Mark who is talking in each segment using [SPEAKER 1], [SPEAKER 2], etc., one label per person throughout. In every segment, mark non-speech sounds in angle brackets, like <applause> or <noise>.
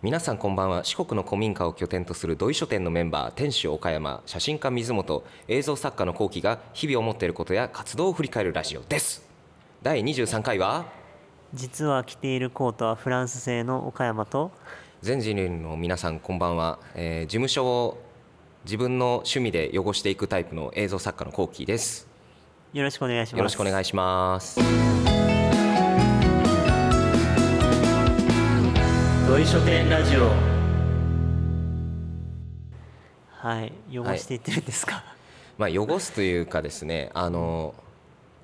[SPEAKER 1] 皆さんこんばんは四国の古民家を拠点とする土井書店のメンバー店主岡山写真家水本映像作家の幸喜が日々思っていることや活動を振り返るラジオです第23回は
[SPEAKER 2] 実は着ているコートはフランス製の岡山と
[SPEAKER 1] 全人類の皆さんこんばんは、えー事務所を自分の趣味で汚していくタイプの映像作家のコウキです
[SPEAKER 2] よろしくお願いします
[SPEAKER 1] よろしくお願いします
[SPEAKER 2] 土井書店ラジオはい汚していってるんですか、
[SPEAKER 1] まあ汚すというかですねあの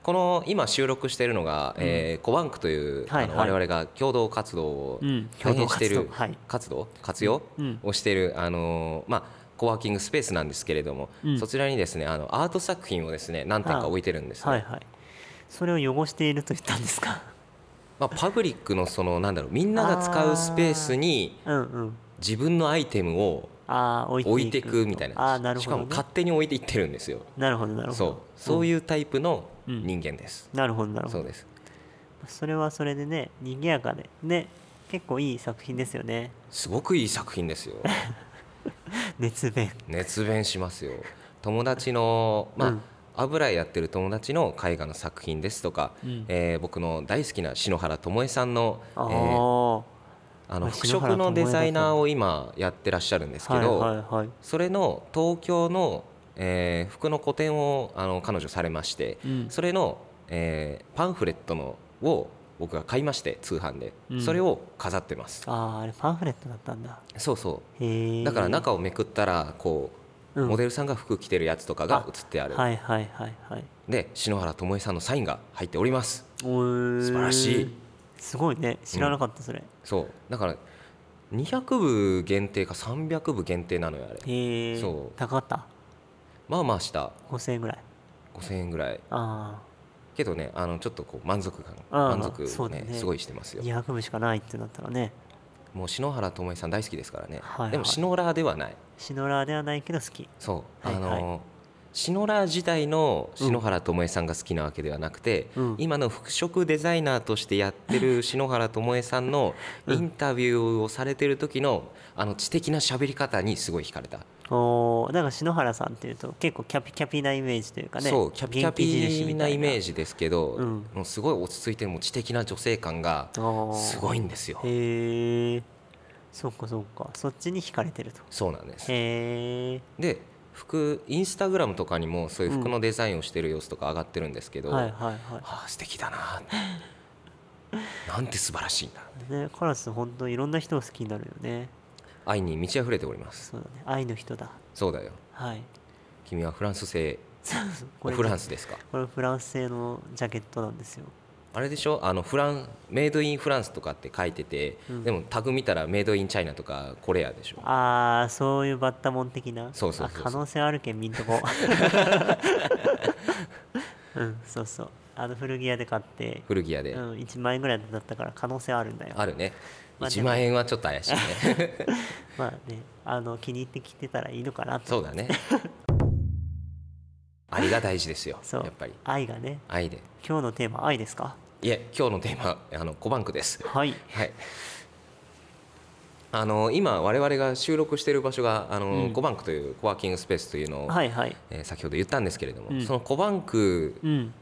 [SPEAKER 1] この今収録しているのが、えーコバンクという、
[SPEAKER 2] はい
[SPEAKER 1] あの
[SPEAKER 2] はい
[SPEAKER 1] 我々が共同活動を
[SPEAKER 2] うん
[SPEAKER 1] 大変している、
[SPEAKER 2] 共同活動はい
[SPEAKER 1] 活動活用、
[SPEAKER 2] うん
[SPEAKER 1] をしているあのまあコワーキングスペースなんですけれども、
[SPEAKER 2] うん
[SPEAKER 1] そちらにですねあのアート作品をですね何点か置いてるんですね、
[SPEAKER 2] はいはいそれを汚していると言ったんですか
[SPEAKER 1] まあ、パブリックのそのなんだろうみんなが使うスペースに
[SPEAKER 2] うんうん
[SPEAKER 1] 自分のアイテムを
[SPEAKER 2] ああ置いて
[SPEAKER 1] 置いていくみたいな
[SPEAKER 2] あーなる
[SPEAKER 1] し
[SPEAKER 2] ほ
[SPEAKER 1] か
[SPEAKER 2] ど、
[SPEAKER 1] も
[SPEAKER 2] ね、
[SPEAKER 1] 勝手に置いていってるんですよ
[SPEAKER 2] なるほどなるほど
[SPEAKER 1] そうそういうタイプの
[SPEAKER 2] うん
[SPEAKER 1] 人間です、
[SPEAKER 2] なるほどなるほ
[SPEAKER 1] そう
[SPEAKER 2] ど
[SPEAKER 1] です
[SPEAKER 2] それはそれでね賑やかでね結構いい作品ですよね
[SPEAKER 1] すごくいい作品です
[SPEAKER 2] <laughs>
[SPEAKER 1] よ
[SPEAKER 2] 熱弁
[SPEAKER 1] 熱弁しますよ友達のまあ、
[SPEAKER 2] うん
[SPEAKER 1] 油絵やってる友達の絵画の作品ですとか、
[SPEAKER 2] うん
[SPEAKER 1] えー僕の大好きな篠原智恵さんの、え
[SPEAKER 2] ああ、
[SPEAKER 1] ーあの
[SPEAKER 2] まあ
[SPEAKER 1] 服
[SPEAKER 2] 篠原
[SPEAKER 1] 飾の
[SPEAKER 2] ともえ
[SPEAKER 1] デ
[SPEAKER 2] だと
[SPEAKER 1] ザイナーを今やってらっしゃるんですけ
[SPEAKER 2] はい
[SPEAKER 1] ど、
[SPEAKER 2] はいはい
[SPEAKER 1] それの東京の、えー服の個展をあの彼女されまして、
[SPEAKER 2] うん
[SPEAKER 1] それの、えーパンフレットのを僕が買いまして通販で、
[SPEAKER 2] うん
[SPEAKER 1] それを飾ってます
[SPEAKER 2] あああれパンフレットだったんだ
[SPEAKER 1] そうそう
[SPEAKER 2] へえ
[SPEAKER 1] だから中をめくったらこう、
[SPEAKER 2] うん
[SPEAKER 1] モデルさんが服着てるやつとかが写ってある
[SPEAKER 2] はいはいはいはい
[SPEAKER 1] で篠原ともえさんのサインが入っております
[SPEAKER 2] 素
[SPEAKER 1] 素晴らしい
[SPEAKER 2] すごいね知らなかったそれ、
[SPEAKER 1] そうだから200部限定か300部限定なのよあれ
[SPEAKER 2] へえ
[SPEAKER 1] そう
[SPEAKER 2] 高かった
[SPEAKER 1] まあまあした
[SPEAKER 2] 5000円ぐらい
[SPEAKER 1] 5000円ぐらい
[SPEAKER 2] あ
[SPEAKER 1] けどねあのちょっとこう満足感
[SPEAKER 2] あー
[SPEAKER 1] 満足、
[SPEAKER 2] そうだ
[SPEAKER 1] ね
[SPEAKER 2] ね
[SPEAKER 1] すごいしてます
[SPEAKER 2] あ
[SPEAKER 1] よ
[SPEAKER 2] 200部しかないってなったらね
[SPEAKER 1] もう篠原ともえさん大好きですからね、
[SPEAKER 2] はいはい
[SPEAKER 1] でも篠原ではない
[SPEAKER 2] シノラーではないけど好き
[SPEAKER 1] そう、
[SPEAKER 2] はいは
[SPEAKER 1] あ
[SPEAKER 2] い
[SPEAKER 1] の篠原時代の篠原ともえさんが好きなわけではなくて、
[SPEAKER 2] うん
[SPEAKER 1] 今の服飾デザイナーとしてやって
[SPEAKER 2] <laughs>
[SPEAKER 1] る篠原ともえさんのインタビューをされてる時のあの知的な喋り方にすごい惹かれた、
[SPEAKER 2] おーだから篠原さんっていうと結構キャピキャピなイメージというかね
[SPEAKER 1] そうキャピキャピなイメー
[SPEAKER 2] ジ
[SPEAKER 1] ジですけど、
[SPEAKER 2] うん
[SPEAKER 1] もうすごい落ち着いてもう知的な女性感がすごいんですよ
[SPEAKER 2] へえそっかそっかそっちに惹かれてると
[SPEAKER 1] そうなんです
[SPEAKER 2] へえ
[SPEAKER 1] で服インスタグラムとかにもそういう服のデザインをしてる様子とか上がってるんですけど、
[SPEAKER 2] はいはいは
[SPEAKER 1] ああ素敵だななんて素晴らしいんだ
[SPEAKER 2] いねカラス本当いろんな人を好きになるよね
[SPEAKER 1] 愛に満ち溢れております
[SPEAKER 2] そうだね愛の人だ
[SPEAKER 1] そうだよ
[SPEAKER 2] はい <laughs>
[SPEAKER 1] 君はフランス製フランスですか
[SPEAKER 2] これフランス製のジャケットなんですよ
[SPEAKER 1] あれでしょあのフランメイドインフランスとかって書いてて、
[SPEAKER 2] うん
[SPEAKER 1] でもタグ見たらメイドインチャイナとかコレアでしょ
[SPEAKER 2] ああそういうバッタモン的な
[SPEAKER 1] そうそうそうそう
[SPEAKER 2] あ可能性あるけん見ん
[SPEAKER 1] <laughs>
[SPEAKER 2] とこうんそうそうあの古着屋で買って、
[SPEAKER 1] 古着屋
[SPEAKER 2] う
[SPEAKER 1] で、
[SPEAKER 2] ん、1万円ぐらいだったから可能性あるんだよ
[SPEAKER 1] あるね
[SPEAKER 2] まあで
[SPEAKER 1] 1
[SPEAKER 2] も
[SPEAKER 1] 万円はちょっと怪しいね
[SPEAKER 2] まあねあの気に入って着てたらいいのかなと
[SPEAKER 1] <laughs> そうだ
[SPEAKER 2] <laughs>
[SPEAKER 1] ね愛が大事ですよ
[SPEAKER 2] そ
[SPEAKER 1] や
[SPEAKER 2] う
[SPEAKER 1] っぱり
[SPEAKER 2] 愛がね
[SPEAKER 1] 愛で
[SPEAKER 2] 今日のテーマ愛ですか
[SPEAKER 1] いえ今日のテーマあの小バンクです
[SPEAKER 2] はい
[SPEAKER 1] はい。あの今我々が収録している場所があの、
[SPEAKER 2] うん
[SPEAKER 1] コバンクというコワーキングスペースというのを、
[SPEAKER 2] はいはい
[SPEAKER 1] えー先ほど言ったんですけれども、
[SPEAKER 2] うん
[SPEAKER 1] そのコバンク
[SPEAKER 2] うん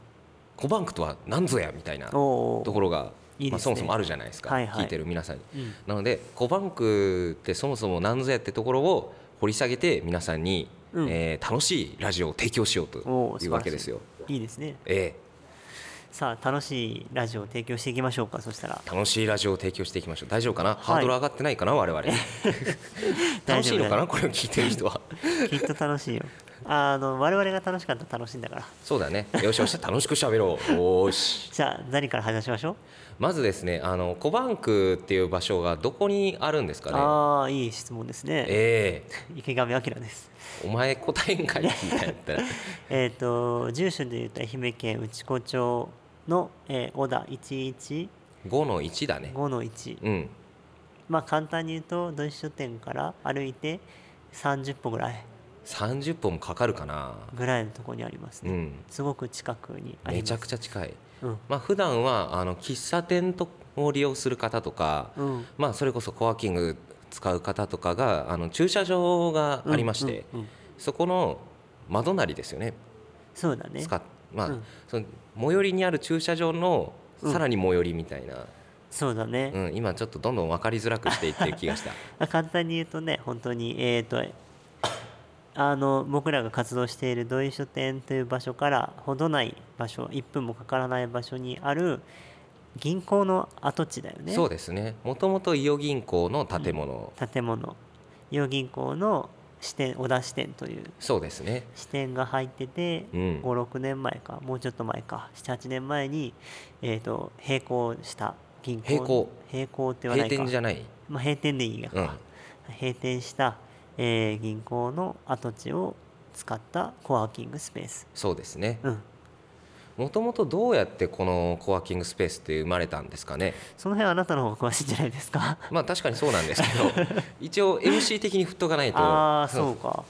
[SPEAKER 1] コバンクとは何ぞやみたいな
[SPEAKER 2] お
[SPEAKER 1] と
[SPEAKER 2] ー
[SPEAKER 1] ころが
[SPEAKER 2] いい
[SPEAKER 1] ま
[SPEAKER 2] で
[SPEAKER 1] あ、
[SPEAKER 2] すね
[SPEAKER 1] そもそもあるじゃないですか、
[SPEAKER 2] はいはい
[SPEAKER 1] 聞いてる皆さんに。
[SPEAKER 2] うん
[SPEAKER 1] なのでコバンクってそもそも何ぞやってところを掘り下げて皆さんに、
[SPEAKER 2] うん
[SPEAKER 1] えー楽しいラジオを提供しようと
[SPEAKER 2] おー
[SPEAKER 1] いうわけですよ。
[SPEAKER 2] いいですね
[SPEAKER 1] え
[SPEAKER 2] さあ楽しいラジオを提供していきましょうかそ
[SPEAKER 1] <laughs>
[SPEAKER 2] したら
[SPEAKER 1] ー楽しいラジオを提供していきましょう大丈夫かな、ハードル上がってないかな我
[SPEAKER 2] <laughs>
[SPEAKER 1] 々楽しいのかなこれを聞いてる人は。
[SPEAKER 2] きっと楽しいよあの我々が楽しかったら楽しいんだから
[SPEAKER 1] そうだね。よしよし、楽しく喋ろう。おーし。
[SPEAKER 2] じゃあ何から話しましょう、
[SPEAKER 1] まずですね、あの、コバンクっていう場所がどこにあるんですかね。
[SPEAKER 2] ああいい質問ですね
[SPEAKER 1] え
[SPEAKER 2] 池上彰
[SPEAKER 1] <laughs>
[SPEAKER 2] です
[SPEAKER 1] えお前答えんかいみたいなったら。
[SPEAKER 2] えっ、と住所でいうと愛媛県内子町の、えー、小田115
[SPEAKER 1] 5の1だね。
[SPEAKER 2] の1
[SPEAKER 1] うん。
[SPEAKER 2] まあ簡単に言うと土井書店から歩いて30歩ぐらい
[SPEAKER 1] 30分もかかるかな。
[SPEAKER 2] ぐらいのところにあります
[SPEAKER 1] う
[SPEAKER 2] ね、
[SPEAKER 1] ん。
[SPEAKER 2] すごく近くにあり
[SPEAKER 1] め
[SPEAKER 2] ま
[SPEAKER 1] ち
[SPEAKER 2] す
[SPEAKER 1] ゃくちゃ近い。
[SPEAKER 2] うん
[SPEAKER 1] まあ、普段は、あの、喫茶店とを利用する方とか、
[SPEAKER 2] うん
[SPEAKER 1] まあ、それこそコワーキング使う方とかがあの駐車場がありまして、
[SPEAKER 2] うんうんうん
[SPEAKER 1] そこの窓なりですよね
[SPEAKER 2] そうだね
[SPEAKER 1] 使っまあ
[SPEAKER 2] うん
[SPEAKER 1] その最寄りにある駐車場の
[SPEAKER 2] うん
[SPEAKER 1] さらに最寄りみたいな、
[SPEAKER 2] そうだね、
[SPEAKER 1] うん今ちょっとどんどん分かりづらくしていってる気がした
[SPEAKER 2] まあ簡単に言うとね本当にえっ、とあの僕らが活動している土井書店という場所からほどない場所1分もかからない場所にある銀行の跡地だよね
[SPEAKER 1] そうですねもともと伊予銀行の建物、
[SPEAKER 2] 建物伊予銀行の支店小田支店という
[SPEAKER 1] そうですね
[SPEAKER 2] 支店が入ってて、
[SPEAKER 1] うん
[SPEAKER 2] 56年前かもうちょっと前か78年前に、えー、と閉行した銀行
[SPEAKER 1] 閉行
[SPEAKER 2] 閉行って言わな
[SPEAKER 1] 閉
[SPEAKER 2] いか
[SPEAKER 1] 店じゃない
[SPEAKER 2] まあ、閉店でいいや、
[SPEAKER 1] うん
[SPEAKER 2] 閉店した、えー銀行の跡地を使ったコワーキングスペース、
[SPEAKER 1] そうですね
[SPEAKER 2] うん、
[SPEAKER 1] もともとどうやってこのコワーキングスペースって生まれたんですかね
[SPEAKER 2] その辺あなたの方が詳しいんじゃないですか
[SPEAKER 1] まあ確かにそうなんですけど
[SPEAKER 2] <laughs>
[SPEAKER 1] 一応 MC 的に振っとかないと
[SPEAKER 2] ああそうか、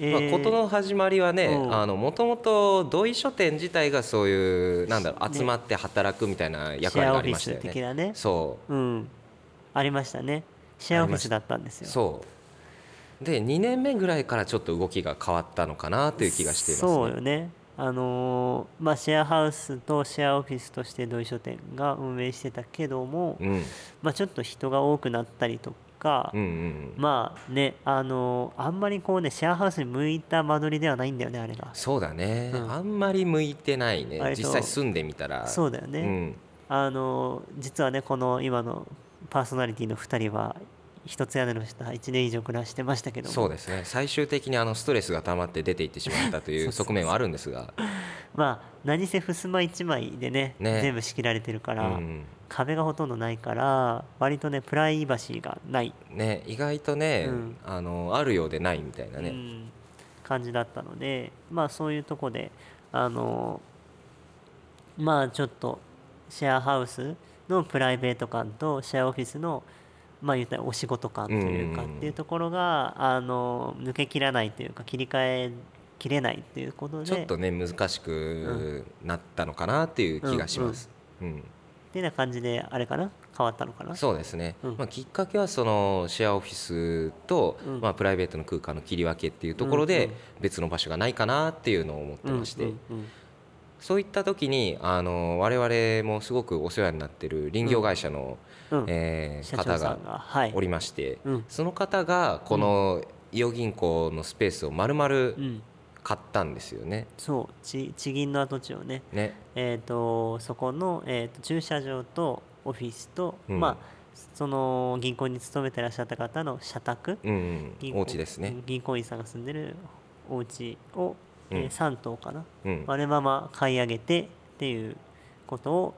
[SPEAKER 2] え
[SPEAKER 1] まあ、
[SPEAKER 2] ー
[SPEAKER 1] 事の始まりはね
[SPEAKER 2] うん
[SPEAKER 1] もともと土井書店自体がそういうなんだろう
[SPEAKER 2] ね
[SPEAKER 1] 集まって働くみたいな役
[SPEAKER 2] シェ
[SPEAKER 1] 割
[SPEAKER 2] ア
[SPEAKER 1] が
[SPEAKER 2] オ
[SPEAKER 1] あ
[SPEAKER 2] フ
[SPEAKER 1] り
[SPEAKER 2] ィ
[SPEAKER 1] ました
[SPEAKER 2] ス
[SPEAKER 1] よ
[SPEAKER 2] 的
[SPEAKER 1] ね。
[SPEAKER 2] なね
[SPEAKER 1] そ
[SPEAKER 2] うんありましたねシェアオフィスだったんです
[SPEAKER 1] う
[SPEAKER 2] よ
[SPEAKER 1] そうで2年目ぐらいからちょっと動きが変わったのかなという気がしています、ね、
[SPEAKER 2] そうよねあのーまあシェアハウスとシェアオフィスとして土井書店が運営してたけども、
[SPEAKER 1] うん
[SPEAKER 2] まあ、ちょっと人が多くなったりとか、
[SPEAKER 1] うんうんうん、
[SPEAKER 2] まあねあのーあんまりこうねシェアハウスに向いた間取りではないんだよねあれが
[SPEAKER 1] そうだね、
[SPEAKER 2] うん
[SPEAKER 1] あんまり向いてないね
[SPEAKER 2] 割と
[SPEAKER 1] 実際住んでみたら
[SPEAKER 2] そうだよね、
[SPEAKER 1] うん、
[SPEAKER 2] あのー実はねこの今のパーソナリティの2人は一つ屋根の下1年以上暮らしてましたけども
[SPEAKER 1] そうですね最終的にあのストレスが溜まって出ていってしまったという側面はあるんですが、
[SPEAKER 2] まあ何せ襖1枚でね
[SPEAKER 1] ね
[SPEAKER 2] 全部仕切られてるか
[SPEAKER 1] う
[SPEAKER 2] ら、
[SPEAKER 1] ん、
[SPEAKER 2] 壁がほとんどないから割とねプライバシーがない、
[SPEAKER 1] ね意外とね、
[SPEAKER 2] うん
[SPEAKER 1] あのあるようでないみたいな
[SPEAKER 2] う
[SPEAKER 1] ね、
[SPEAKER 2] ん感じだったのでまあそういうとこであのまあちょっとシェアハウスのプライベート感とシェアオフィスのまあ言ったらお仕事感というか
[SPEAKER 1] うん
[SPEAKER 2] っていうところがあの抜けきらないというか切り替えきれないということで
[SPEAKER 1] ちょっとね難しくなったのかなっていう気がします。うん
[SPEAKER 2] っていうような感じであれかな変わったのかな
[SPEAKER 1] そうですね、
[SPEAKER 2] うん
[SPEAKER 1] まあ、きっかけはそのシェアオフィスと、
[SPEAKER 2] うん
[SPEAKER 1] まあ、プライベートの空間の切り分けっていうところで
[SPEAKER 2] うんうん
[SPEAKER 1] 別の場所がないかなっていうのを思ってまして、
[SPEAKER 2] うんうんうん
[SPEAKER 1] そういった時にあの我々もすごくお世話になってる林業会社の、
[SPEAKER 2] うん
[SPEAKER 1] えー
[SPEAKER 2] 社
[SPEAKER 1] 方
[SPEAKER 2] 長さ
[SPEAKER 1] が
[SPEAKER 2] んがはい
[SPEAKER 1] おりまして、
[SPEAKER 2] うん
[SPEAKER 1] その方がこの伊予銀行のスペースを丸
[SPEAKER 2] う
[SPEAKER 1] 々
[SPEAKER 2] ん
[SPEAKER 1] 買ったんですよね。
[SPEAKER 2] そうち地銀の跡地をね、
[SPEAKER 1] ね
[SPEAKER 2] えー、とそこの、えー、と駐車場とオフィスと、
[SPEAKER 1] うん
[SPEAKER 2] まあその銀行に勤めてらっしゃった方の社宅、
[SPEAKER 1] うんう
[SPEAKER 2] 銀
[SPEAKER 1] ん、
[SPEAKER 2] 行
[SPEAKER 1] お家ですね。
[SPEAKER 2] 銀行員さんが住んでるお家を、
[SPEAKER 1] う
[SPEAKER 2] え
[SPEAKER 1] ん
[SPEAKER 2] 3棟かな、
[SPEAKER 1] うん、
[SPEAKER 2] あれまま買い上げてっていうことを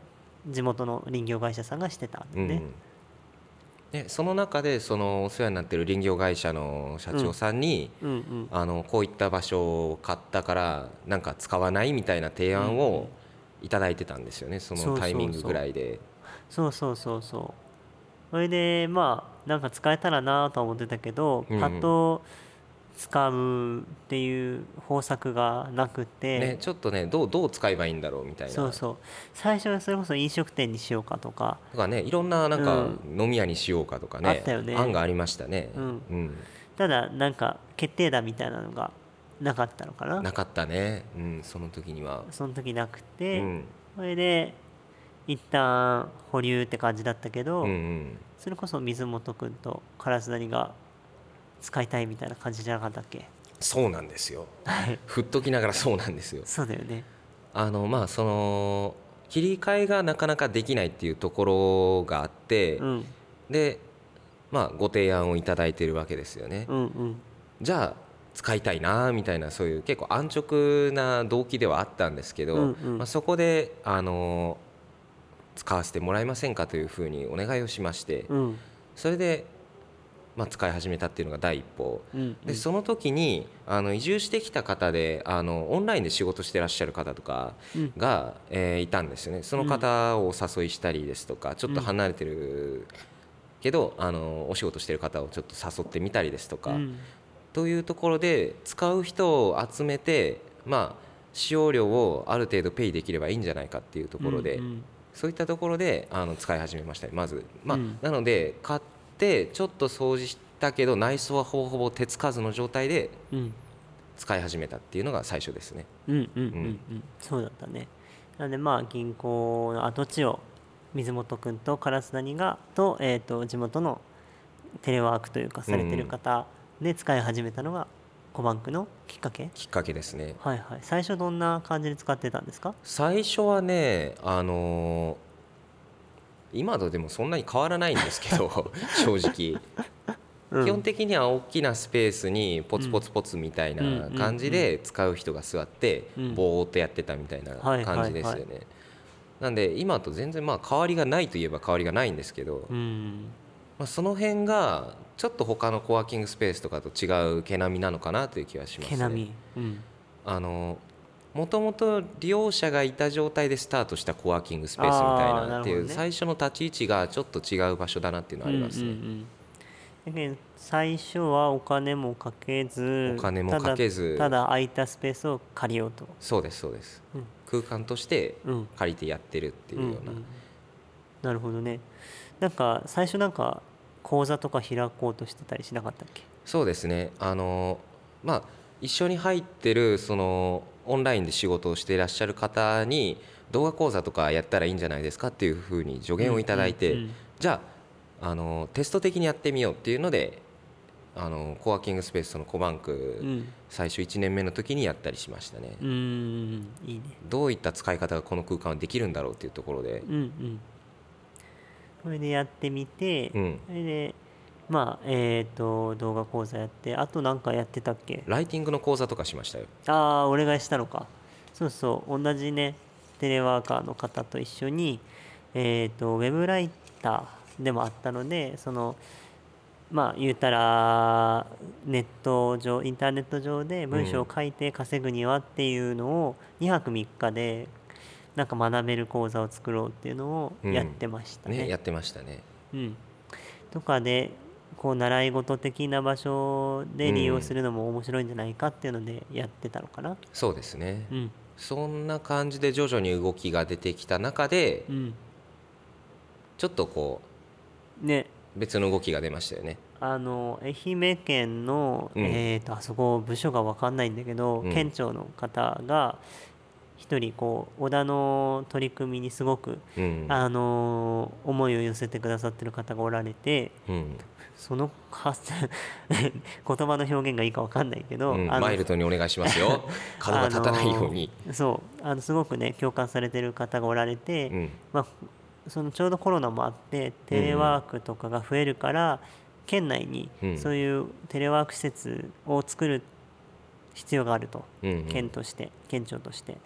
[SPEAKER 2] 地元の林業会社さんがしてたん
[SPEAKER 1] う
[SPEAKER 2] で
[SPEAKER 1] ん
[SPEAKER 2] ね、
[SPEAKER 1] でその中でそのお世話になってる林業会社の社長さんに、
[SPEAKER 2] うんうん
[SPEAKER 1] あのこういった場所を買ったからなんか使わないみたいな提案をいただいてたんですよねそ
[SPEAKER 2] そうそう
[SPEAKER 1] の
[SPEAKER 2] そう
[SPEAKER 1] タイミングぐらいで
[SPEAKER 2] そうそうそうそうそれでまあなんか使えたらなとは思ってたけど、
[SPEAKER 1] うんうん
[SPEAKER 2] パッと使うっていう方策がなくて、
[SPEAKER 1] ね、ちょっとねどうどう使えばいいんだろうみたいな
[SPEAKER 2] そうそう最初はそれこそ飲食店にしようかとか
[SPEAKER 1] とかねいろんななん
[SPEAKER 2] う
[SPEAKER 1] か飲み屋にしようかとかね,、
[SPEAKER 2] あったよね
[SPEAKER 1] 案がありましたね、
[SPEAKER 2] うん
[SPEAKER 1] うん
[SPEAKER 2] ただなんか決定打みたいなのがなかったのかな
[SPEAKER 1] なかったね、うん、その時には。
[SPEAKER 2] その時なく
[SPEAKER 1] う
[SPEAKER 2] て、
[SPEAKER 1] ん
[SPEAKER 2] それで一旦保留って感じだったけど、
[SPEAKER 1] うんうん
[SPEAKER 2] それこそ水本くんと烏谷が使いたいみたいな感じじゃなかったっけ
[SPEAKER 1] そうなんですよ。ふっときながらそうなんですよ。
[SPEAKER 2] そうだよね
[SPEAKER 1] あのまあその切り替えがなかなかできないっていうところがあって、
[SPEAKER 2] うん
[SPEAKER 1] でまあご提案をいただいてるわけですよね。
[SPEAKER 2] うんうん
[SPEAKER 1] じゃあ使いたいなみたいなそういう結構安直な動機ではあったんですけど、
[SPEAKER 2] うんうん
[SPEAKER 1] まあ、そこであの使わせてもらえませんかというふうにお願いをしまして、
[SPEAKER 2] うん
[SPEAKER 1] それで、まあ、使い始めたっていうのが第一歩。
[SPEAKER 2] うん
[SPEAKER 1] でその時にあの移住してきた方であのオンラインで仕事してらっしゃる方とか
[SPEAKER 2] うん
[SPEAKER 1] が、えーいたんですよねその方をお誘いしたりですとかちょっと離れてるけど、あのお仕事してる方をちょっと誘ってみたりですとか、
[SPEAKER 2] うん
[SPEAKER 1] というところで使う人を集めてまあ使用料をある程度ペイできればいいんじゃないかっていうところで、
[SPEAKER 2] うんうん
[SPEAKER 1] そういったところであの使い始めましたねまず、まあ
[SPEAKER 2] うん
[SPEAKER 1] なので買っってちょっと掃除したけど内装はほぼほぼ手つかずの状態で
[SPEAKER 2] うん
[SPEAKER 1] 使い始めたっていうのが最初ですね
[SPEAKER 2] うんうんうんうんそうだったねなのでまあ銀行の跡地を水本君と烏谷がと,、えー、と地元のテレワークというかされてる方で使い始めたのがコバンクのきっかけ、
[SPEAKER 1] きっかけですね
[SPEAKER 2] はいはい最初どんな感じで使ってたんですか
[SPEAKER 1] 最初はねあのー今とでもそんなに変わらないんですけ
[SPEAKER 2] <laughs>
[SPEAKER 1] ど正直基本的には大きなスペースにポツポツポツみたいな感じで使う人が座って
[SPEAKER 2] うん
[SPEAKER 1] ぼーっとやってたみたいな感じですよ
[SPEAKER 2] はい
[SPEAKER 1] ね。なんで今と全然まあ変わりがないといえば変わりがないんですけど、
[SPEAKER 2] うん、うん
[SPEAKER 1] まあ、その辺がちょっと他のコワーキングスペースとかと違う毛並みなのかなという気はします
[SPEAKER 2] 毛並
[SPEAKER 1] ね。
[SPEAKER 2] み、うん、
[SPEAKER 1] あのもともと利用者がいた状態でスタートしたコワーキングスペースみたい
[SPEAKER 2] あーな
[SPEAKER 1] な
[SPEAKER 2] る
[SPEAKER 1] っ
[SPEAKER 2] ほ
[SPEAKER 1] てい
[SPEAKER 2] ど
[SPEAKER 1] う、
[SPEAKER 2] ね
[SPEAKER 1] 最初の立ち位置がちょっと違う場所だなっていうのはありますね。
[SPEAKER 2] うんうんうんだけど最初はお金もかけず
[SPEAKER 1] お金もかけず
[SPEAKER 2] ただただ空いたスペースを借りようと、
[SPEAKER 1] そうですそうです
[SPEAKER 2] うん
[SPEAKER 1] 空間として
[SPEAKER 2] うん、
[SPEAKER 1] 借りてやってるっていうような、
[SPEAKER 2] んんなるほどねなんか最初なんか講座とか開こうとしてたりしなかったっけ
[SPEAKER 1] そうですねあのまあ一緒に入ってるそのオンラインで仕事をしていらっしゃる方に動画講座とかやったらいいんじゃないですかっていうふうに助言をいただいて、
[SPEAKER 2] うんうんうん
[SPEAKER 1] じゃああのテスト的にやってみようっていうのであのコワーキングスペースそのコバンク、
[SPEAKER 2] うん
[SPEAKER 1] 最初1年目の時にやったりしましたね、
[SPEAKER 2] うーんいいね
[SPEAKER 1] どういった使い方がこの空間はできるんだろうっていうところで
[SPEAKER 2] うんうんこれでやってみて、
[SPEAKER 1] うん
[SPEAKER 2] それでまあえっ、と動画講座やってあとなんかやってたっけ
[SPEAKER 1] ライティングの講座とかしましたよ
[SPEAKER 2] ああお願いしたのかそうそう同じねテレワーカーの方と一緒に、えー、とウェブライターでもあったのでそのまあ言うたらネット上インターネット上で文章を書いて稼ぐにはっていうのを2泊3日でなんか学べる講座を作ろうっていうのをやってましたね。
[SPEAKER 1] ねやってましたね
[SPEAKER 2] うん、とかでこう習い事的な場所で利用するのも面白いんじゃないかっていうのでやってたのかな。
[SPEAKER 1] そうですね、
[SPEAKER 2] うん
[SPEAKER 1] そんな感じで徐々に動きが出てきた中で
[SPEAKER 2] うん、
[SPEAKER 1] ちょっとこ
[SPEAKER 2] ね
[SPEAKER 1] う別の動きが出ましたよね
[SPEAKER 2] あの愛媛県の、
[SPEAKER 1] うん
[SPEAKER 2] えー、とあそこ部署が分かんないんだけど、
[SPEAKER 1] うん
[SPEAKER 2] 県庁の方が一人こう小田の取り組みにすごく、
[SPEAKER 1] うん
[SPEAKER 2] あの思いを寄せてくださってる方がおられて
[SPEAKER 1] うん
[SPEAKER 2] そのか <laughs> 言葉の表現がいいか分かんないけど、
[SPEAKER 1] うん
[SPEAKER 2] あの
[SPEAKER 1] マイルドにお願いします
[SPEAKER 2] <laughs>
[SPEAKER 1] よ角が立たないように、
[SPEAKER 2] あのそうあのすごくね共感されてる方がおられて、
[SPEAKER 1] うん
[SPEAKER 2] まあ、そのちょうどコロナもあってテレワークとかが増えるから、県内に
[SPEAKER 1] うん
[SPEAKER 2] そういうテレワーク施設を作る必要があると、
[SPEAKER 1] うんうん
[SPEAKER 2] 県として県庁として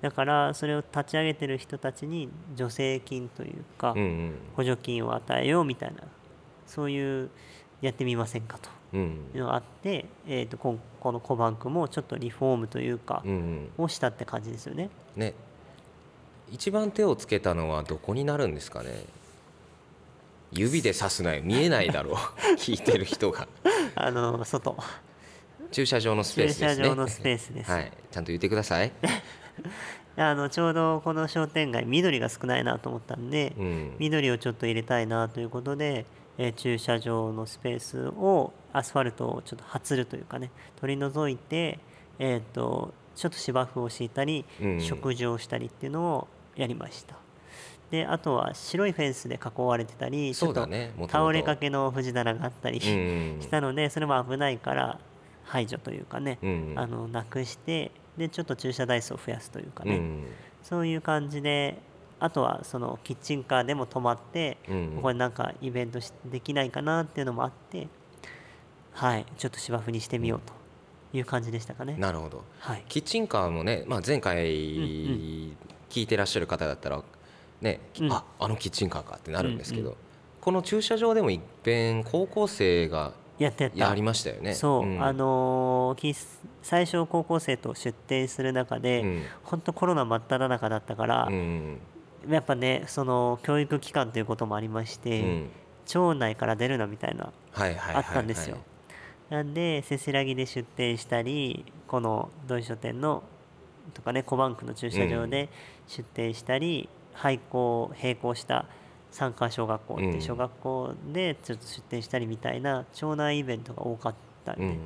[SPEAKER 2] だからそれを立ち上げてる人たちに助成金というか、
[SPEAKER 1] うんうん
[SPEAKER 2] 補助金を与えようみたいなそういうやってみませんかと
[SPEAKER 1] うん
[SPEAKER 2] いうのがあって、えー、とここのコバンクもちょっとリフォームというか、
[SPEAKER 1] うんうん
[SPEAKER 2] をしたって感じですよね。
[SPEAKER 1] ね一番手をつけたのはどこになるんですかね指で指すなよ見えないだ
[SPEAKER 2] <laughs>
[SPEAKER 1] ろう聞いてる人が
[SPEAKER 2] あの外
[SPEAKER 1] 駐車場のスペー
[SPEAKER 2] 駐
[SPEAKER 1] スで
[SPEAKER 2] 車
[SPEAKER 1] すね
[SPEAKER 2] 場のスペースです。
[SPEAKER 1] はいちゃんと言ってください、
[SPEAKER 2] あのちょうどこの商店街緑が少ないなと思ったんで、
[SPEAKER 1] うん、
[SPEAKER 2] 緑をちょっと入れたいなということで、えー駐車場のスペースをアスファルトをちょっとはつるというかね取り除いて、えー、とちょっと芝生を敷いたり、
[SPEAKER 1] うん
[SPEAKER 2] 食事をしたりっていうのをやりました。であとは白いフェンスで囲われてたりち
[SPEAKER 1] そ
[SPEAKER 2] ょっ
[SPEAKER 1] う
[SPEAKER 2] と
[SPEAKER 1] だね元々
[SPEAKER 2] 倒れかけの藤棚があったり、
[SPEAKER 1] うんうん
[SPEAKER 2] したのでそれも危ないから排除というかね、
[SPEAKER 1] うん
[SPEAKER 2] あのなくしてでちょっと駐車台数を増やすというかね、
[SPEAKER 1] うん
[SPEAKER 2] そういう感じであとはそのキッチンカーでも泊まって、
[SPEAKER 1] うん
[SPEAKER 2] ここでなんかイベントしできないかなっていうのもあってはいちょっと芝生にしてみようという感じでしたかね。
[SPEAKER 1] なるほど
[SPEAKER 2] はい、
[SPEAKER 1] キッチンカーもね、まあ、前回
[SPEAKER 2] ん
[SPEAKER 1] 聞いてらっしゃる方だったら、ね
[SPEAKER 2] うん
[SPEAKER 1] ああのキッチンカーかってなるんですけど、
[SPEAKER 2] うんう
[SPEAKER 1] この駐車場でもいっぺん高校生が
[SPEAKER 2] やってやった
[SPEAKER 1] やりましたよね。
[SPEAKER 2] そう、
[SPEAKER 1] ん
[SPEAKER 2] あのーき最初高校生と出店する中で、
[SPEAKER 1] うん
[SPEAKER 2] 本当コロナ真っ只中だったから、
[SPEAKER 1] うん
[SPEAKER 2] やっぱねその教育機関ということもありまし
[SPEAKER 1] う
[SPEAKER 2] て、
[SPEAKER 1] ん
[SPEAKER 2] 町内から出るなみたいな
[SPEAKER 1] はいはいはいはい
[SPEAKER 2] あったんですよ、なんでせせらぎで出店したりこの土井書店のとかね小バンクの駐車場で出店したり、廃校並行した三川小学校って
[SPEAKER 1] う
[SPEAKER 2] いうん小学校でちょっと出店したりみたいな町内イベントが多かったんで、
[SPEAKER 1] うん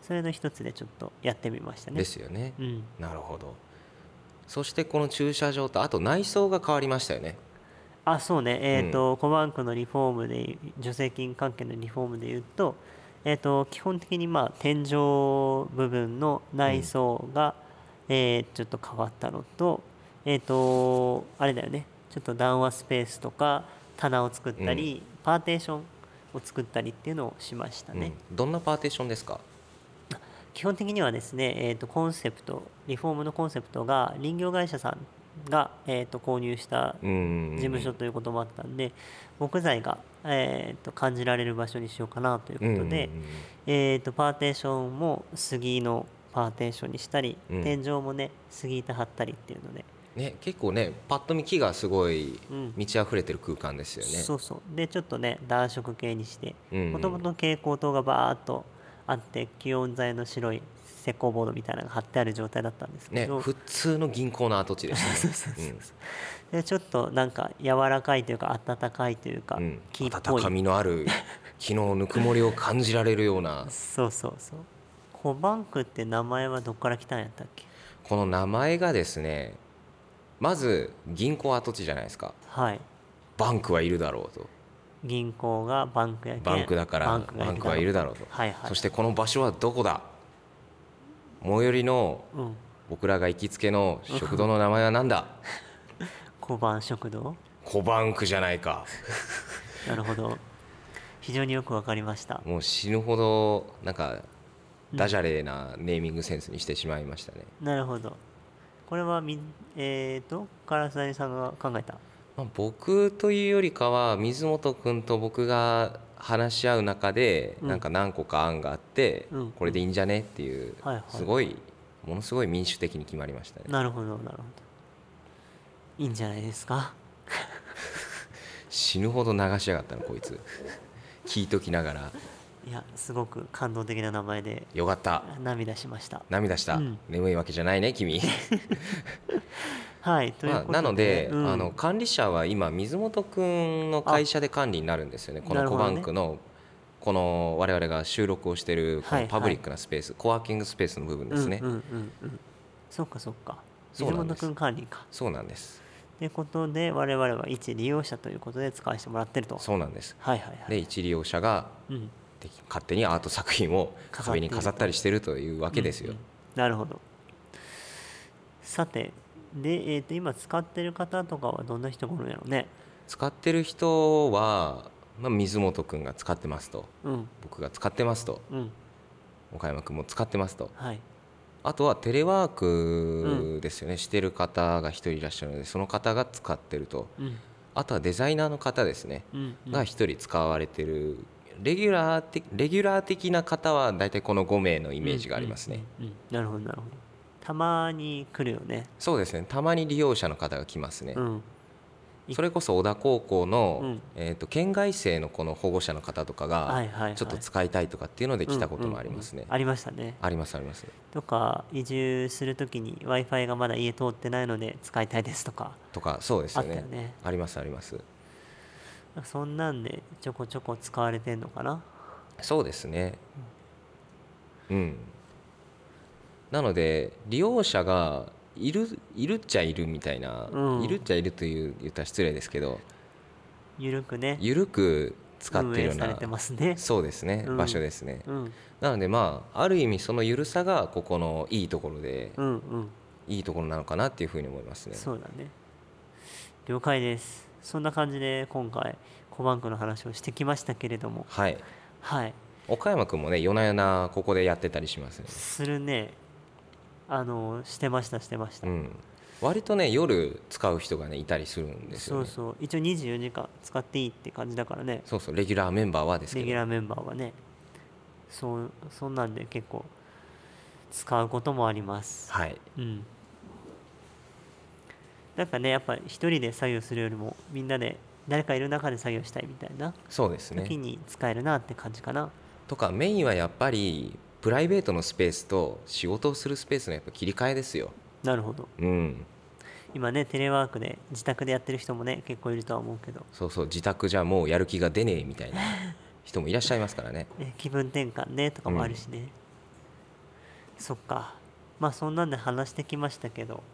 [SPEAKER 2] それの一つでちょっとやってみましたね。
[SPEAKER 1] ですよね、
[SPEAKER 2] うん、
[SPEAKER 1] なるほどそしてこの駐車場とあと内装が変わりましたよね
[SPEAKER 2] あそうねえっ、と、コバンクのリフォームで助成金関係のリフォームで言うと,、えー、と基本的にまあ天井部分の内装が、えーちょっと変わったのとえっ、とあれだよねちょっと談話スペースとか棚を作ったり、パーテーションを作ったりっていうのをしましたね。
[SPEAKER 1] うん、どんなパーテーションですか
[SPEAKER 2] 基本的にはですね、えー、とコンセプトリフォームのコンセプトが林業会社さんが、えー、と購入した
[SPEAKER 1] うん
[SPEAKER 2] 事務所ということもあったんで木材が、えー、と感じられる場所にしようかなということで、えー、とパーテーションも杉のパーテーションにしたり、
[SPEAKER 1] うん
[SPEAKER 2] 天井もね杉板張ったりっていうので、
[SPEAKER 1] ね、結構ねパッと見木がすごい
[SPEAKER 2] うん
[SPEAKER 1] 満ち溢れてる空間ですよね。
[SPEAKER 2] そうそうでちょっとね暖色系にして
[SPEAKER 1] うん
[SPEAKER 2] もともと蛍光灯がバーっとあって気温材の白い石膏ボードみたいなのが貼ってある状態だったんですけ
[SPEAKER 1] ね
[SPEAKER 2] ど、
[SPEAKER 1] 普通の銀行の跡地ですね。うん
[SPEAKER 2] でちょっとなんか柔らかいというか温かいというか、
[SPEAKER 1] うん
[SPEAKER 2] 木っぽ
[SPEAKER 1] 温
[SPEAKER 2] い
[SPEAKER 1] かみのある木のぬくもりを感じられるような
[SPEAKER 2] そうそうそうコバンクって名前はどっから来たんやったっけ
[SPEAKER 1] この名前がですねまず銀行跡地じゃないですか
[SPEAKER 2] はい
[SPEAKER 1] バンクはいるだろうと
[SPEAKER 2] 銀行がバンクやけん
[SPEAKER 1] バンクだからバン
[SPEAKER 2] が
[SPEAKER 1] クはいるだろうと、
[SPEAKER 2] はいはい
[SPEAKER 1] そしてこの場所はどこだ最寄りの
[SPEAKER 2] うん
[SPEAKER 1] 僕らが行きつけの食堂の名前は何 <laughs> だ
[SPEAKER 2] 小判食堂
[SPEAKER 1] 小バンクじゃないか
[SPEAKER 2] なるほど非常によくわかりました
[SPEAKER 1] もう死ぬほどなんかダジャレなネーミングセンスにしてしまいましたね、
[SPEAKER 2] なるほどこれはみんえっ、ー、と唐沢さんが考えた
[SPEAKER 1] まあ、僕というよりかは水本君と僕が話し合う中で
[SPEAKER 2] うん
[SPEAKER 1] なんか何個か案があって
[SPEAKER 2] うん
[SPEAKER 1] これでいいんじゃねっていう
[SPEAKER 2] はいはい
[SPEAKER 1] すごいものすごい民主的に決まりましたね
[SPEAKER 2] なるほどなるほどいいんじゃないですか
[SPEAKER 1] 死ぬほど流しやがったのこい
[SPEAKER 2] <laughs>
[SPEAKER 1] つ聞いときながら
[SPEAKER 2] いやすごく感動的な名前で
[SPEAKER 1] よかった
[SPEAKER 2] 涙しました
[SPEAKER 1] 涙した、
[SPEAKER 2] うん
[SPEAKER 1] 眠いわけじゃないね君
[SPEAKER 2] はい <laughs> という
[SPEAKER 1] まあ
[SPEAKER 2] ことで、
[SPEAKER 1] なので、
[SPEAKER 2] うん
[SPEAKER 1] あの管理者は今水本君の会社で管理になるんですよねこ
[SPEAKER 2] な
[SPEAKER 1] の
[SPEAKER 2] る
[SPEAKER 1] コ
[SPEAKER 2] ほど
[SPEAKER 1] バ
[SPEAKER 2] ね
[SPEAKER 1] ンクのこの我々が収録をしているこ
[SPEAKER 2] はい
[SPEAKER 1] の
[SPEAKER 2] はい
[SPEAKER 1] パブリックなスペース、コワーキングスペースの部分ですね、
[SPEAKER 2] うんうんうんうん、そっかそっか
[SPEAKER 1] そう
[SPEAKER 2] 水
[SPEAKER 1] なん
[SPEAKER 2] 本
[SPEAKER 1] です
[SPEAKER 2] 君管理か
[SPEAKER 1] そうなんです
[SPEAKER 2] ということで我々は一利用者ということで使わせてもらってると
[SPEAKER 1] そうなんです
[SPEAKER 2] はいはいはい
[SPEAKER 1] で一利用者が
[SPEAKER 2] うん
[SPEAKER 1] でき勝手にアート作品を
[SPEAKER 2] 飾って
[SPEAKER 1] 壁
[SPEAKER 2] いる
[SPEAKER 1] に飾ったりしてるというわけですよ、
[SPEAKER 2] うんうんなるほどさてで、えー、と今使ってる方とかはどんな人がおるんやろうね
[SPEAKER 1] 使ってる人は、まあ、水本君が使ってますと
[SPEAKER 2] うん
[SPEAKER 1] 僕が使ってますと
[SPEAKER 2] うん
[SPEAKER 1] 岡山君も使ってますと
[SPEAKER 2] はい
[SPEAKER 1] あとはテレワークですよね、してる方が一人いらっしゃるのでその方が使ってると
[SPEAKER 2] うん
[SPEAKER 1] あとはデザイナーの方ですね、
[SPEAKER 2] うんうん
[SPEAKER 1] が一人使われてるレギュラー的レギュラー的な方は大体この5名のイメージがありますね、
[SPEAKER 2] うんうんうんなるほどなるほどたまに来るよね
[SPEAKER 1] そうですねたまに利用者の方が来ますね、
[SPEAKER 2] うんい
[SPEAKER 1] それこそ小田高校の、
[SPEAKER 2] うん
[SPEAKER 1] えー、と県外生のこの保護者の方とか
[SPEAKER 2] は
[SPEAKER 1] が
[SPEAKER 2] いはいはい
[SPEAKER 1] ちょっと使いたいとかっていうので来たこともありますね、
[SPEAKER 2] うんうんうんありましたね
[SPEAKER 1] ありますあります
[SPEAKER 2] とか移住するときに w i f i がまだ家通ってないので使いたいですとか
[SPEAKER 1] とかそうですよね
[SPEAKER 2] あったよね
[SPEAKER 1] ありますあります
[SPEAKER 2] そんなんでちょこちょこ使われてんのかな
[SPEAKER 1] そうですねうんなので利用者がいるいるっちゃいるみたいな、
[SPEAKER 2] うん
[SPEAKER 1] いるっちゃいるという言ったら失礼ですけど
[SPEAKER 2] ゆるくね
[SPEAKER 1] ゆるく使って
[SPEAKER 2] 運
[SPEAKER 1] る
[SPEAKER 2] 営
[SPEAKER 1] よう
[SPEAKER 2] され
[SPEAKER 1] な
[SPEAKER 2] てますね
[SPEAKER 1] そうですね、
[SPEAKER 2] うん
[SPEAKER 1] 場所ですね、
[SPEAKER 2] うん
[SPEAKER 1] なのでまあある意味そのゆるさがここのいいところで
[SPEAKER 2] うんうん
[SPEAKER 1] いいところなのかなっていうふうに思いますね。
[SPEAKER 2] そうだね了解ですそんな感じで今回コバンクの話をしてきましたけれども
[SPEAKER 1] はい。
[SPEAKER 2] はい
[SPEAKER 1] 岡山君もね夜な夜なここでやってたりしますね。
[SPEAKER 2] するねあのしてましたしてました、
[SPEAKER 1] うん。割とね夜使う人がねいたりするんです
[SPEAKER 2] そ
[SPEAKER 1] よ
[SPEAKER 2] う
[SPEAKER 1] ね。
[SPEAKER 2] そう一応24時間使っていいって感じだからね
[SPEAKER 1] そうそうレギュラーメンバーはですけ
[SPEAKER 2] レ
[SPEAKER 1] ど。
[SPEAKER 2] ギュラーメンバーはねそうそんなんで結構使うこともあります
[SPEAKER 1] はい。
[SPEAKER 2] うんなんかねやっぱ一人で作業するよりもみんなで誰かいる中で作業したいみたいな
[SPEAKER 1] そうですね。
[SPEAKER 2] 時に使えるなって感じかな、
[SPEAKER 1] とかメインはやっぱりプライベートのスペースと仕事をするスペースのやっぱ切り替えですよ。
[SPEAKER 2] なるほど
[SPEAKER 1] うん。
[SPEAKER 2] 今ねテレワークで自宅でやってる人もね結構いるとは思うけど、
[SPEAKER 1] そうそう自宅じゃもうやる気が出ねえみたいな人もいらっしゃいますからね
[SPEAKER 2] ね、気分転換ねとかもあるしね、そっかまあそんなんで話してきましたけど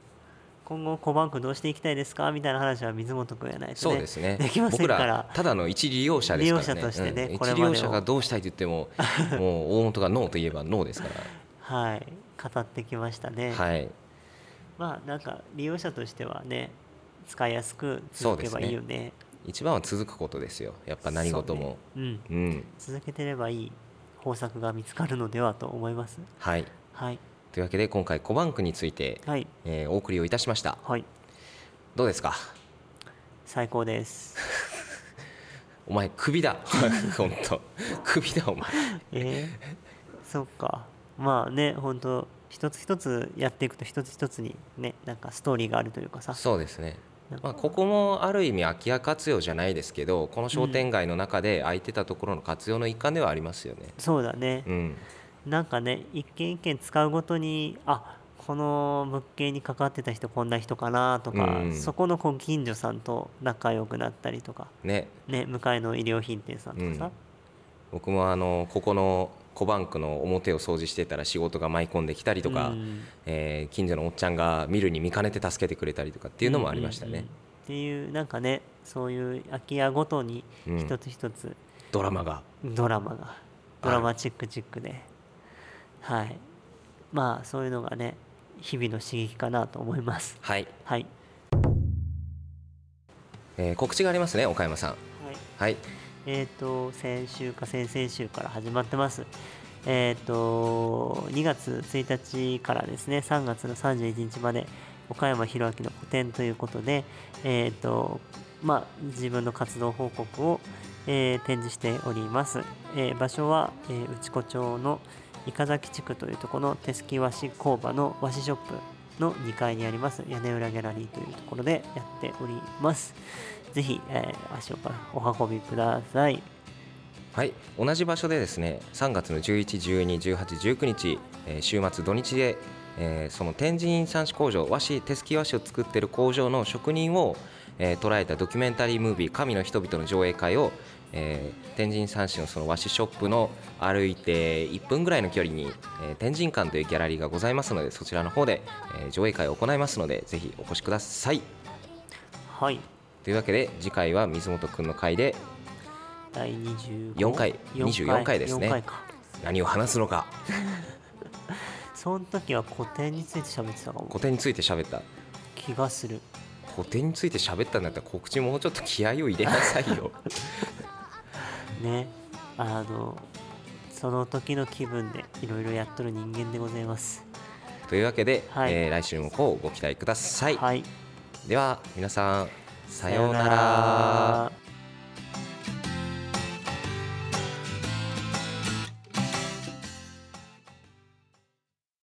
[SPEAKER 2] 今後小バンクどうしていきたいですかみたいな話は水本君やないと、ね、
[SPEAKER 1] そうですね
[SPEAKER 2] きません
[SPEAKER 1] 僕
[SPEAKER 2] から
[SPEAKER 1] ただの一利用者ですからね
[SPEAKER 2] 利用者としてね
[SPEAKER 1] うん
[SPEAKER 2] これ
[SPEAKER 1] 一利
[SPEAKER 2] までを
[SPEAKER 1] 用者がどうしたいと言っても
[SPEAKER 2] <laughs>
[SPEAKER 1] もう大元がノーといえばノーですから
[SPEAKER 2] はい語ってきましたね、
[SPEAKER 1] はい
[SPEAKER 2] まあなんか利用者としてはね使いやすく
[SPEAKER 1] そう
[SPEAKER 2] 続
[SPEAKER 1] で
[SPEAKER 2] け
[SPEAKER 1] す
[SPEAKER 2] ば
[SPEAKER 1] ね
[SPEAKER 2] いいよね
[SPEAKER 1] 一番は続くことですよやっぱ何事も
[SPEAKER 2] そうねうん
[SPEAKER 1] う,、ん
[SPEAKER 2] 続けてればいい方策が見つかるのではと思います
[SPEAKER 1] はい
[SPEAKER 2] はい
[SPEAKER 1] というわけで今回コバンクについて、
[SPEAKER 2] はい
[SPEAKER 1] えーお送りをいたしました
[SPEAKER 2] はい
[SPEAKER 1] どうですか
[SPEAKER 2] 最高です
[SPEAKER 1] お前ク
[SPEAKER 2] <laughs>
[SPEAKER 1] ビだ本当クビだお前
[SPEAKER 2] えー、 <laughs> そっかまあね本当一つ一つやっていくと一つ一つにねなんかストーリーがあるというかさ
[SPEAKER 1] そうですね
[SPEAKER 2] なん、か
[SPEAKER 1] まあ、ここもある意味空き家活用じゃないですけどこの商店街の中で空いてたところの活用の一環ではありますよね
[SPEAKER 2] そうだね
[SPEAKER 1] うん
[SPEAKER 2] なんかね一軒一軒使うごとにあこの物件に関わってた人こんな人かなとか、
[SPEAKER 1] うん
[SPEAKER 2] そこのご近所さんと仲良くなったりとか
[SPEAKER 1] ね
[SPEAKER 2] ね向かいの衣料品店さんとかさ、
[SPEAKER 1] 僕もあのここの小バンクの表を掃除してたら仕事が舞い込んできたりとか、
[SPEAKER 2] うん
[SPEAKER 1] えー近所のおっちゃんが見るに見かねて助けてくれたりとかっていうのもありましたね、
[SPEAKER 2] うんうんうんっていうなんかねそういう空き家ごとに
[SPEAKER 1] うん
[SPEAKER 2] 一つ一つ
[SPEAKER 1] ドラマが
[SPEAKER 2] ドラマがドラマチックチックではいまあそういうのがね日々の刺激かなと思います
[SPEAKER 1] はい、
[SPEAKER 2] はい、
[SPEAKER 1] えー告知がありますね岡山さん
[SPEAKER 2] はい、
[SPEAKER 1] はい
[SPEAKER 2] えっ、と先週か先々週から始まってますえっ、と2月1日からですね3月の31日まで岡山弘明の個展ということでえっ、とまあ自分の活動報告を、えー展示しております、えー場所は、えー内子町の伊香崎地区というところの手すき和紙工場の和紙ショップの2階にあります屋根裏ギャラリーというところでやっておりますぜひ、えー足をお運びください。
[SPEAKER 1] はい、同じ場所でですね3月の11、12、18、19日、えー週末土日で、えーその天神三種工場和紙手すき和紙を作っている工場の職人を、えー捉えたドキュメンタリームービー「神の人々」の上映会を、えー天神三種のその和紙ショップの歩いて1分ぐらいの距離に、えー天神館というギャラリーがございますのでそちらの方で、えー上映会を行いますのでぜひお越しください。
[SPEAKER 2] はい。
[SPEAKER 1] というわけで次回は水本くんの回で
[SPEAKER 2] 第25
[SPEAKER 1] 4回24回ですね
[SPEAKER 2] 4回か。
[SPEAKER 1] 何を話すのか
[SPEAKER 2] その時は古典について喋ってたかも。
[SPEAKER 1] 古典について喋った。
[SPEAKER 2] 気がする。
[SPEAKER 1] 固定について喋ったんだったら告知もうちょっと気合を入れなさいよ
[SPEAKER 2] ね。あの、その時の気分でいろいろやっとる人間でございます。
[SPEAKER 1] <laughs> というわけで、
[SPEAKER 2] はい
[SPEAKER 1] えー来週もこうご期待ください、
[SPEAKER 2] はい。
[SPEAKER 1] では皆さんさような
[SPEAKER 2] さよう
[SPEAKER 1] ら。